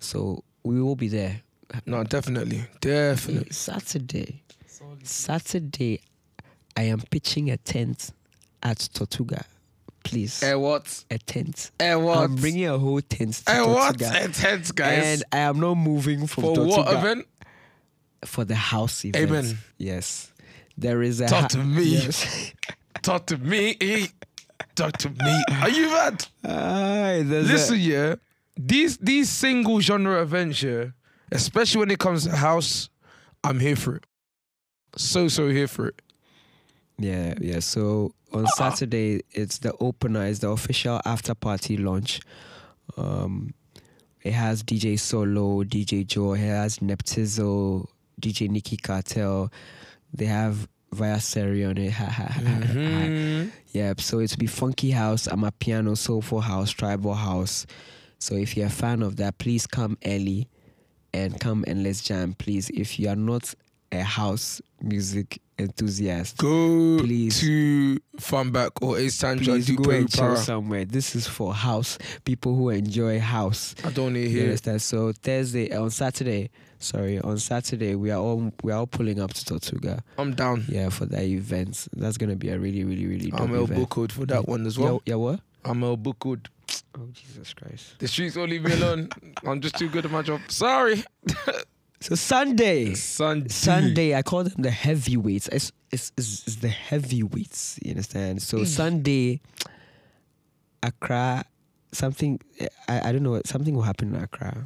A: so we will be there.
B: no, definitely, definitely.
A: Saturday, Saturday, I am pitching a tent at Tortuga. Please,
B: Eh what?
A: a tent.
B: Eh what?
A: I'm bringing a whole tent to
B: eh what?
A: Tortuga.
B: Eh tents, guys.
A: And I am not moving from
B: For
A: Tortuga
B: what event?
A: for the house event.
B: Amen.
A: Yes. There is a
B: Talk
A: hou-
B: to me.
A: Yes.
B: Talk to me. eh? Talk to me. Are you mad?
A: Aye, there's a-
B: Listen, yeah. These these single genre events, yeah, especially when it comes to house, I'm here for it. So so here for it.
A: yeah, yeah. So on Saturday it's the opener, it's the official after party launch. Um it has DJ Solo, DJ Joe, it has Neptizo, DJ Nikki Cartel. They have Via Serion.
B: Mm-hmm.
A: Yep. So it's be funky house, amapiano, soulful house, tribal house. So if you're a fan of that, please come early and come and let's jam, please. If you are not a house music enthusiast,
B: Go
A: Please.
B: to Funback or Ace Time John
A: please go
B: Dupe
A: and chill
B: Para.
A: somewhere. This is for house people who enjoy house.
B: I don't need to
A: You
B: hear. it.
A: understand? So Thursday on Saturday, sorry, on Saturday we are all we are all pulling up to Tortuga.
B: I'm down.
A: Yeah, for that event. That's gonna be a really, really, really dope
B: I'm El
A: event.
B: Buckled for that one Oh, as
A: Yeah,
B: well.
A: yeah, what?
B: I'm El Buckled.
A: Oh Jesus Christ.
B: The streets won't leave me alone. I'm just too good at my job. Sorry.
A: So Sunday.
B: Sunday.
A: Sunday, I call them the heavyweights. It's, it's, it's, it's the heavyweights, you understand? So Sunday, Accra, something, I, I don't know, something will happen in Accra.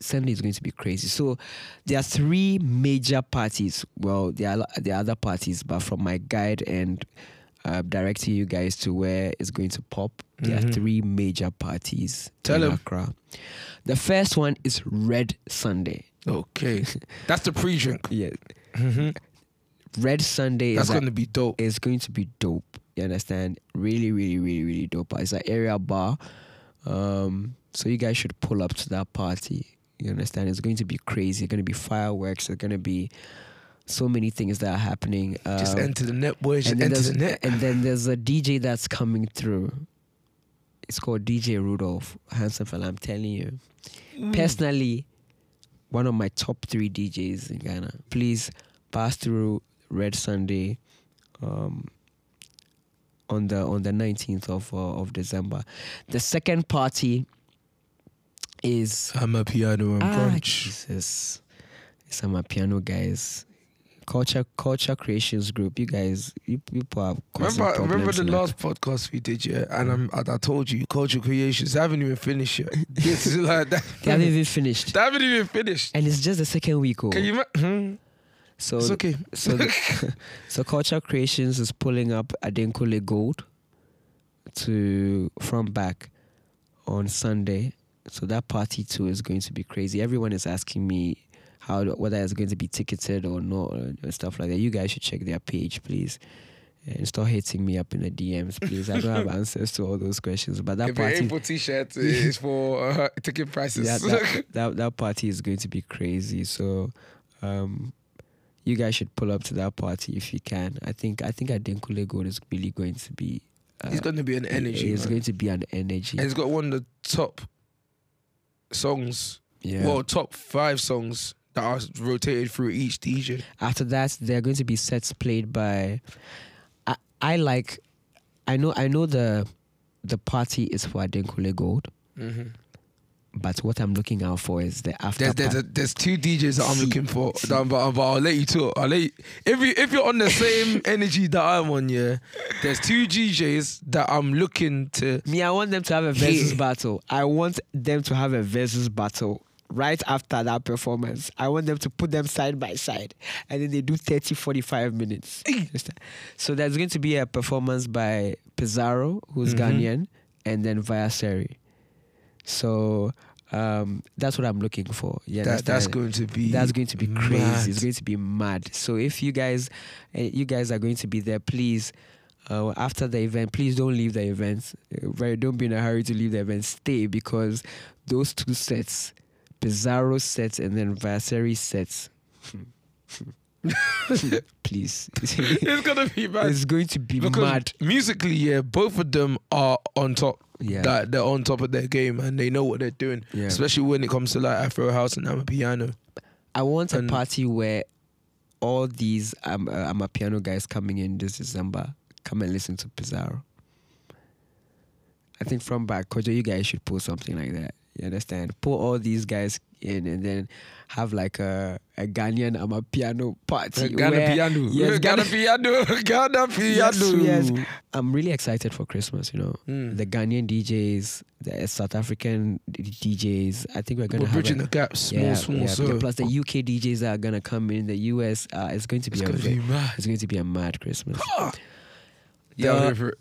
A: Sunday is going to be crazy. So there are three major parties. Well, there are there are other parties, but from my guide and uh, directing you guys to where it's going to pop, there are
B: Mhm.
A: three major parties
B: Tell
A: in
B: 'em.
A: Accra. The first one is Red Sunday.
B: Okay, that's the pre-drink.
A: Yeah,
B: Mm-hmm.
A: Red Sunday
B: That's
A: is a-
B: gonna be dope.
A: It's going to be dope. You understand? Really, really, really, really dope. It's an area bar. Um, so you guys should pull up to that party. You understand? It's going to be crazy. It's going to be fireworks. It's going to be so many things that are happening. Um,
B: Just enter the net, boys. Just
A: and, then
B: enter
A: there's,
B: the net.
A: and then there's a DJ that's coming through. It's called DJ Rudolph Handsome fella. I'm telling you, personally, one of my top three DJs in Ghana. Please pass through Red Sunday um, on the on the 19th of uh, of December. The second party is
B: I'm a piano and
A: Ah,
B: brunch.
A: Jesus. It's my piano guys. Culture Culture Creations Group. You guys, you people have causing
B: Remember, remember
A: problems
B: the
A: now.
B: last podcast we did, yeah? And I'm, and I told you, Culture Creations, I haven't even finished yet. This is like that.
A: They haven't even finished,
B: They haven't even finished.
A: and it's just the second week. Oh,
B: Can you? Ma- hmm.
A: so
B: It's okay.
A: so the- so Culture Creations is pulling up Adenkule Gold to from back on Sunday. So that party too is going to be crazy. Everyone is asking me how whether it's going to be ticketed or not and stuff like that. You guys should check their page, please. And stop hitting me up in the DMs, please. I don't have answers to all those questions. But that
B: if it
A: party
B: ain't for t-shirts, it's for uh, ticket prices.
A: yeah, that, that that party is going to be crazy. So, um, you guys should pull up to that party if you can. I think I think Adenkule Gold is really going to be. Uh,
B: it's gonna be an energy.
A: It's
B: man.
A: going to be an energy.
B: And it's got one of the top songs,
A: yeah.
B: well, top five songs that are rotated through each DJ.
A: After that, there are going to be sets played by. I I like, I know I know the, the party is for Adenkule Gold,
B: Mm-hmm.
A: but what I'm looking out for is the after.
B: There's, there's,
A: party.
B: there's two DJs that I'm
A: See,
B: looking for,
A: see.
B: that- but, but I'll let you talk. I'll let you, if you if you're on the same energy that I'm on, yeah. There's two DJs that I'm looking to.
A: Me, I want them to have a versus
B: Yeah.
A: battle. I want them to have a versus battle right after that performance. I want them to put them side by side and then they do 30, 45 minutes. Understand? so there's going to be a performance by Pizarro, who's
B: Mhm.
A: Ghanaian, and then Viaseri. So um, that's what I'm looking for. Yeah,
B: That, that's going to be.
A: that's going to be crazy.
B: mad.
A: It's going to be mad. So if you guys, uh, you guys are going to be there, please. Uh, after the event, please don't leave the event. Uh, very- don't be in a hurry to leave the event. Stay because those two sets, Pizarro sets and then Vasari sets. please,
B: It's gonna be mad.
A: it's going to be
B: Because
A: mad.
B: musically, yeah, both of them are on top.
A: Yeah,
B: That they're on top of their game and they know what they're doing.
A: yeah.
B: Especially when it comes to like Afro House and I'm a piano.
A: I want a
B: And-
A: party where all these um, uh, I'm a piano guys coming in this December come and listen to Pizarro. I think from back, Kojo, you guys should pull something like that. You understand? Pull all these guys in and then have like a, a Ghanaian I'm a piano party. where-
B: piano.
A: yes,
B: Ghana
A: Ghana-
B: piano. Ghana
A: Yes,
B: piano.
A: yes. I'm really excited for Christmas, you know.
B: Mm.
A: The Ghanaian DJs, the South African DJs. I think we're going to
B: We're
A: have a-
B: bridging the gap, small, small. so
A: yeah, plus the UK DJs that are gonna come in the US. Uh, it's going to be
B: it's
A: a
B: gonna
A: ve-
B: be mad.
A: it's going to be a mad Christmas.
B: Yeah,
A: The-
B: I'm here for it.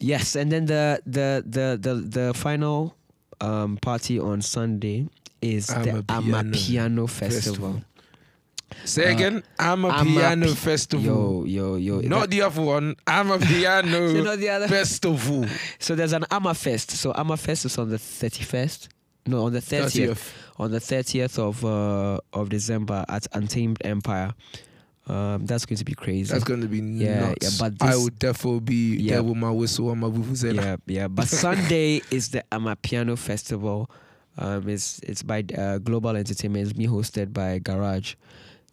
A: yes, and then the the the the, the final um, party on Sunday is the
B: Amapiano
A: Amapiano Festival.
B: Say
A: uh,
B: again. I'm a
A: I'm a
B: piano
A: pi-
B: festival.
A: Yo yo yo!
B: Not the other one. I'm a
A: that- you
B: piano
A: know the other.
B: festival.
A: So there's an Amafest. So Amafest is on the thirty first. No, on the thirtieth. on the 30th of uh, of December at Untamed Empire. Um, that's going to be crazy.
B: That's gonna be
A: Yeah,
B: nuts.
A: yeah, but
B: I
A: this-
B: would definitely be
A: Yeah.
B: there with my whistle and my vuvuzela.
A: yeah, yeah. But Sunday is the Amapiano Festival. Um, it's it's by uh, Global Entertainment. It's being hosted by Garage.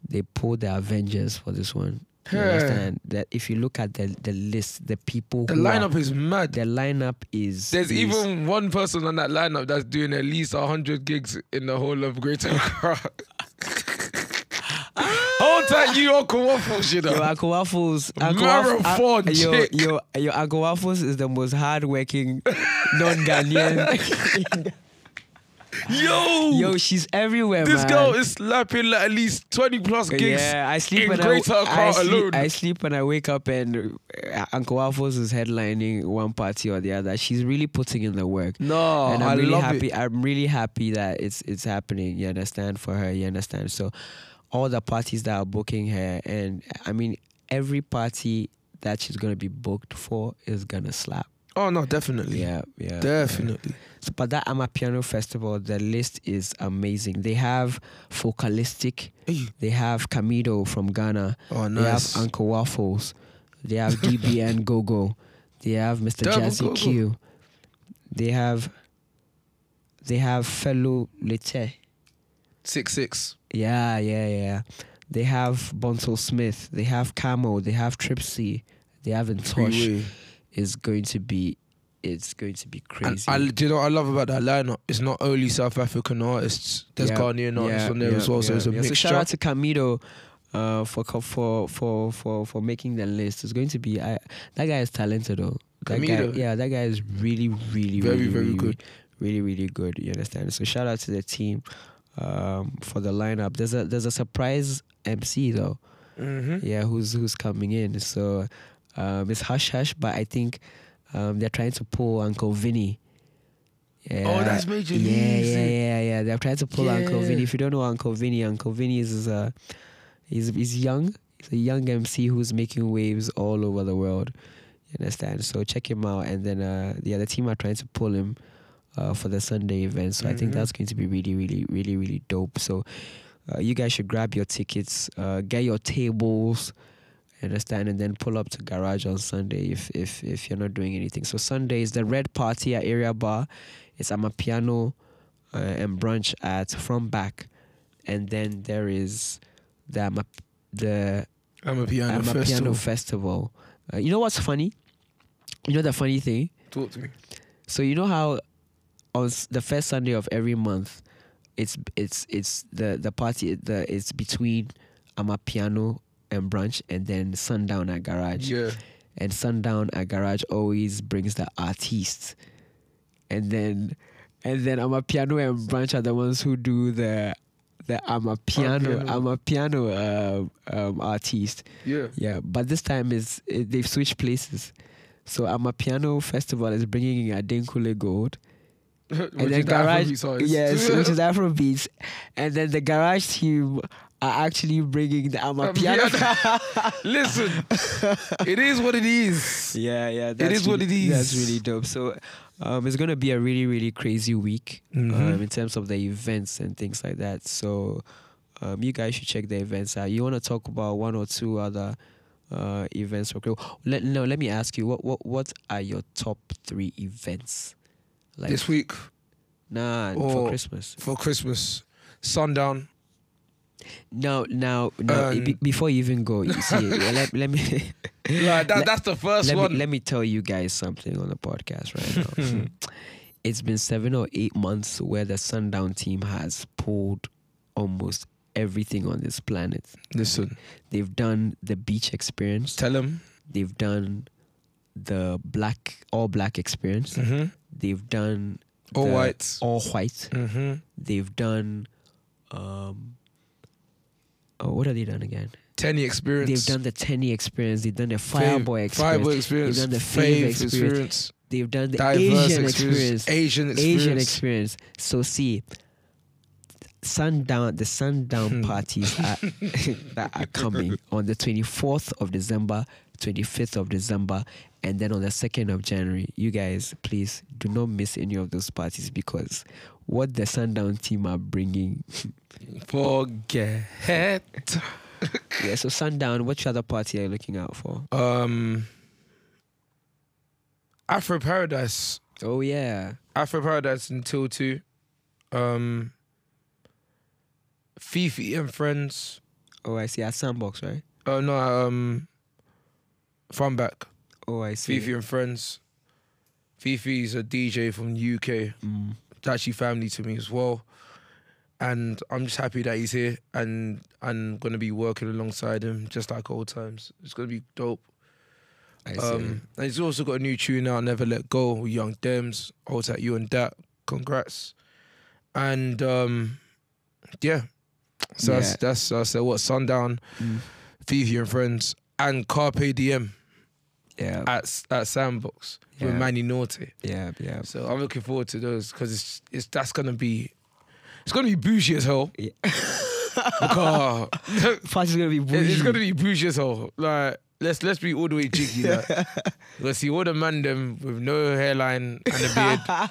A: They pulled the Avengers for this one. You
B: Hey.
A: understand that if you look at the the list, the people
B: The
A: who are-
B: lineup is mad.
A: the lineup is
B: There's
A: is-
B: even one person on that lineup that's doing at least 100 gigs in the whole of Greater Accra.
A: Ah!
B: Hold tight, New York waffles, you know.
A: Yo, Uncle Waffles. Uncle
B: Marathon
A: Waffles, yo,
B: chick.
A: yo, yo, Uncle Waffles is the most hardworking non-Ghanaian.
B: Yo,
A: Yo, she's everywhere,
B: this
A: man.
B: girl is slapping like at least twenty plus gigs.
A: Yeah, I sleep
B: in
A: and
B: Greater
A: I,
B: Accra
A: I sleep,
B: alone.
A: I sleep and I wake up and uh, Uncle Waffles is headlining one party or the other. She's really putting in the work.
B: No,
A: and I'm
B: Oh, I
A: really
B: love
A: happy.
B: it.
A: I'm really happy that it's it's happening. You understand for her. You understand. So, all the parties that are booking her, and I mean every party that she's gonna be booked for is gonna slap.
B: Oh no, definitely,
A: Yeah, yeah,
B: definitely.
A: So, but that Ama Piano Festival, the list is amazing. They have vocalistic.
B: Hey.
A: They have Camido from Ghana.
B: Oh
A: They have
B: nice.
A: Uncle Waffles. They have DBN Gogo. They have Mr.
B: Double
A: Jazzy
B: Gogo.
A: Q. They have they have fellow Lete.
B: Six six.
A: Yeah, yeah, yeah. They have Bontel Smith. They have Camo. They have Tripsy. They have Intosh.
B: Freeway.
A: It's going to be it's going to be
B: And
A: crazy.
B: I, do you know what I love about that lineup? It's not only South African artists. There's
A: Yeah,
B: Ghanaian artists
A: yeah,
B: on there
A: yeah,
B: as well, so
A: yeah,
B: it's a
A: yeah.
B: mixture.
A: shout out to Camido uh, for co- for for for for making the list. It's going to be I, that guy is talented though. That
B: Camido.
A: guy, yeah, that guy is really, really,
B: Very,
A: really,
B: very
A: really,
B: good.
A: really, really good. You understand? So shout out to the team um, for the lineup. There's a there's a surprise MC though.
B: mm-hmm.
A: Yeah, who's who's coming in? So um, it's hush hush, but I think um, they're trying to pull Uncle Vinny. Yeah.
B: Oh, that's Major
A: Yeah,
B: League.
A: yeah, yeah, yeah. They're trying to pull Uncle
B: Yeah.
A: Vinny. If you don't know Uncle Vinny, Uncle Vinny is a he's he's young. He's a young MC who's making waves all over the world. You understand? So check him out, and then uh, the other team are trying to pull him uh, for the Sunday event. So I think
B: Mhm.
A: that's going to be really, really, really, really dope. So uh, you guys should grab your tickets, uh, get your tables. you Understand and then pull up to garage on Sunday if if if you're not doing anything. So Sunday is the Red Party at Area Bar. It's Amapiano uh, and brunch at From Back, and then there is the Ama, the
B: I'm a piano
A: Amapiano
B: festival.
A: Festival. Uh, you know what's funny? You know the funny thing.
B: Talk to me.
A: So you know how on s- the first Sunday of every month, it's it's it's the the party the it's between Amapiano and brunch, and then sundown at garage
B: Yeah.
A: and sundown at garage always brings the artiste and then and then i'm a piano and branch are the ones who do the the i'm a piano
B: Amapiano.
A: i'm a piano um, um, artiste
B: Yeah.
A: yeah but this time is it, they've switched places so i'm a piano festival is bringing in adenkule gold and then garage yes which is afrobeats and then the garage team are actually bringing the i'm a piano
B: Listen, it is what it is.
A: Yeah, yeah.
B: is what
A: really-
B: it
A: That's
B: is.
A: really dope. So, um, it's gonna be a really, really crazy week
B: Mhm.
A: um, in terms of the events and things like that. So, um, you guys should check the events out. You wanna talk about one or two other uh, events? Okay. Let no. Let me ask you. What what what are your top three events? Like
B: This week Oh.
A: nah
B: or-
A: for Christmas.
B: for Christmas, sundown.
A: No, now, now.
B: Um,
A: be- before you even go, you see, let, let me.
B: Like that,
A: Let-
B: that's the first
A: let
B: one.
A: Me, let me tell you guys something on the podcast right now. it's been seven or eight months where the Sundown team has pulled almost everything on this planet.
B: Listen,
A: They've done the beach experience.
B: tell him.
A: They've done the black all black experience.
B: Mm-hmm.
A: They've done
B: All
A: the
B: white.
A: all white.
B: Mm-hmm.
A: They've done um oh, what have they done again?
B: Tenny experience.
A: They've done the Tenny experience. They've done the
B: Fave-
A: Fireboy experience.
B: Fireboy experience.
A: They've done the
B: Fave
A: Fave experience. They've done the
B: Diverse
A: Asian
B: experience.
A: experience.
B: Asian experience.
A: Asian experience. So see, sundown the
C: Hmm.
A: sundown parties are, that are coming on the 24th of December, 25th of December, and then on the 2nd of January. You guys, please do not miss any of those parties because what the sundown team are bringing.
B: Forget.
A: yeah. So sundown. What other party are you looking out for?
B: Um, Afro Paradise.
A: Oh yeah.
B: Afro Paradise until two. Um, Fifi and friends.
A: Oh I see. At sandbox, right?
B: Oh no, um, from back.
A: Oh I see.
B: Fifi and friends. Fifi's a DJ from the UK.
A: Mm.
B: It's actually family to me as well. And I'm just happy that he's here and I'm gonna be working alongside him just like old times. It's gonna be dope.
A: I see.
B: Um, and he's also got a new tune out, Never Let Go, with Young Dems. I was at you and that. Congrats. and um, yeah. So that's
C: Yeah.
B: that's so I said what sundown,
C: Mm.
B: Fifi and friends, and Carpe Diem
C: Yeah,
B: at S- at Sandbox with
C: Yeah.
B: Manny Norte.
C: yeah, yeah.
B: So I'm looking forward to those because it's it's that's gonna be. It's gonna be bougie as hell. ah,
C: Yeah.
B: Because-
C: Fast is gonna be
B: It- It's
C: bougie.
B: gonna be bougie as hell. Like let's let's be all the way jiggy. Like, you see all the man them with no hairline and a beard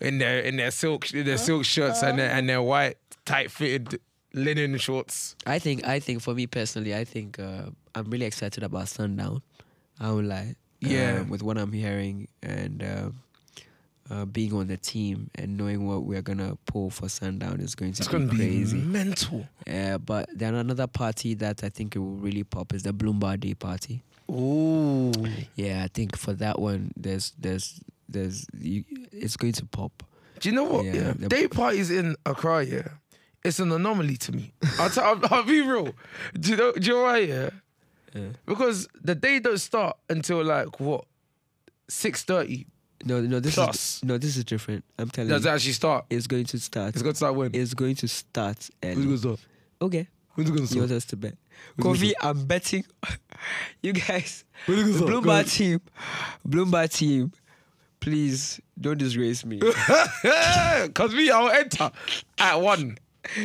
B: in their in their silk in their silk shirts and their and their white tight fitted linen shorts.
A: I think I think for me personally, I think uh, I'm really excited about Sundown. I would lie.
B: Yeah.
A: Um, with what I'm hearing and um uh, being on the team and knowing what we're gonna pull for Sundown is going to
B: It's
A: be
B: gonna be
A: crazy.
B: mental.
A: Yeah, but then another party that I think it will really pop is the Bloomberg Day party.
B: Ooh.
A: Yeah, I think for that one, there's there's there's you, it's going to pop.
B: Do you know what?
A: Yeah,
B: Yeah.
A: the-
B: Day parties in Accra, yeah. It's an anomaly to me. I'll, t- I'll, I'll be real. Do you know? Do you know why? Yeah.
A: Yeah.
B: Because the day don't start until like what six thirty.
A: No, no, this
B: Plus.
A: is no, this is different. I'm telling
B: Does it
A: you,
B: actually start?
A: it's going to start.
B: It's going to start when?
A: It's going to start.
B: When's it
A: Early.
B: gonna start?
A: Okay.
B: When's it gonna
A: You
B: start?
A: want us to bet?
B: Who's
A: Kofi, I'm betting you guys.
B: Who's
A: The
B: gonna start? Go
A: Bloomberg team, Bloomberg team, please don't disgrace me.
B: Cause me, I'll enter at one.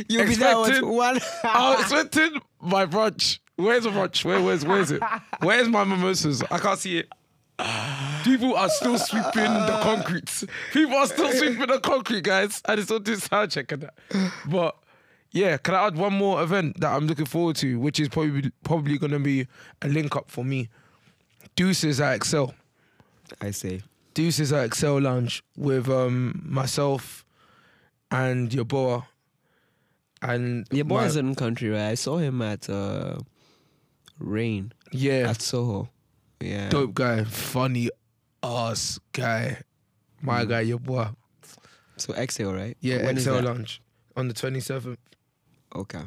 A: You'll be there with
B: Expected-
A: one.
B: I was expecting my brunch. Where's the brunch? Where, where's, where's it? Where's my mimosas? I can't see it. People are still sweeping the concrete. People are still sweeping the concrete, guys. I just don't do sound check and that. But yeah, can I add one more event that I'm looking forward to, which is probably probably gonna be a link up for me. Deuces at Excel.
C: I say.
B: Deuces at Excel Lounge with um myself and your boa. And
A: Your
B: my-
A: boy's in country, right? I saw him at uh, Rain
B: yeah,
A: at Soho. Yeah.
B: dope guy, funny ass guy. My guy, your boy.
A: So Exhale, right?
B: Yeah,
A: Mm. When is
B: Excel
A: that?
B: Lounge on the twenty seventh.
A: Okay.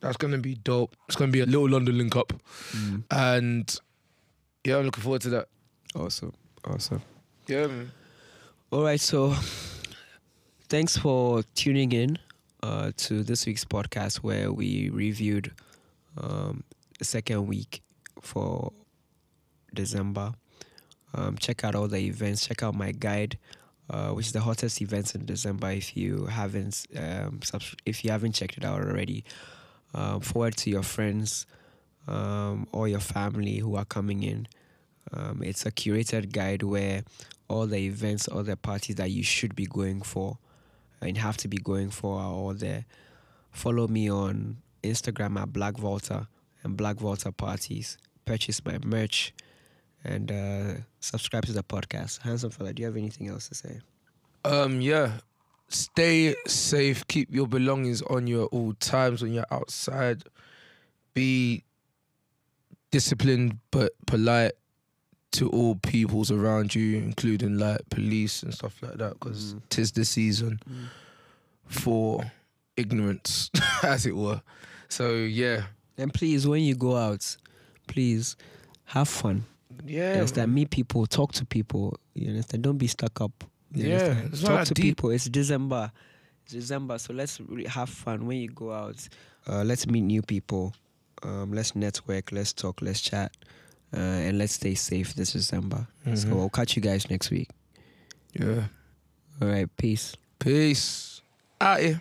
B: That's gonna be dope. It's gonna be a little London link up.
A: Mm.
B: And yeah, I'm looking forward to that.
C: Awesome, awesome.
B: Yeah, man.
A: All right, so thanks for tuning in uh, to this week's podcast where we reviewed um, the second week for December. Um, check out all the events. Check out my guide, uh, which is the hottest events in December. If you haven't, um, subs- if you haven't checked it out already, um, forward to your friends um, or your family who are coming in. Um, it's a curated guide where all the events, all the parties that you should be going for and have to be going for are all there. Follow me on Instagram at Black Volta and Black Volta Parties. Purchase my merch and uh, subscribe to the podcast. Handsome fella, do you have anything else to say?
B: Um, yeah. Stay safe. Keep your belongings on you at all times when you're outside. Be disciplined but polite to all peoples around you, including like police and stuff like that, because
C: Mhm.
B: tis the season
C: Mm.
B: for ignorance, as it were. So yeah,
A: And please, when you go out, please have fun. You
B: yeah,
A: understand? Meet people, talk to people. You understand? Don't be stuck up. You
B: Yeah,
A: understand?
B: it's not
A: talk
B: that
A: to
B: deep.
A: people. It's December. It's December, so let's really have fun when you go out. Uh, let's meet new people. Um, let's network. Let's talk. Let's chat. Uh, and let's stay safe this December.
B: Mm-hmm.
A: So I'll catch you guys next week.
B: yeah.
A: All right, peace.
B: Peace. Out here.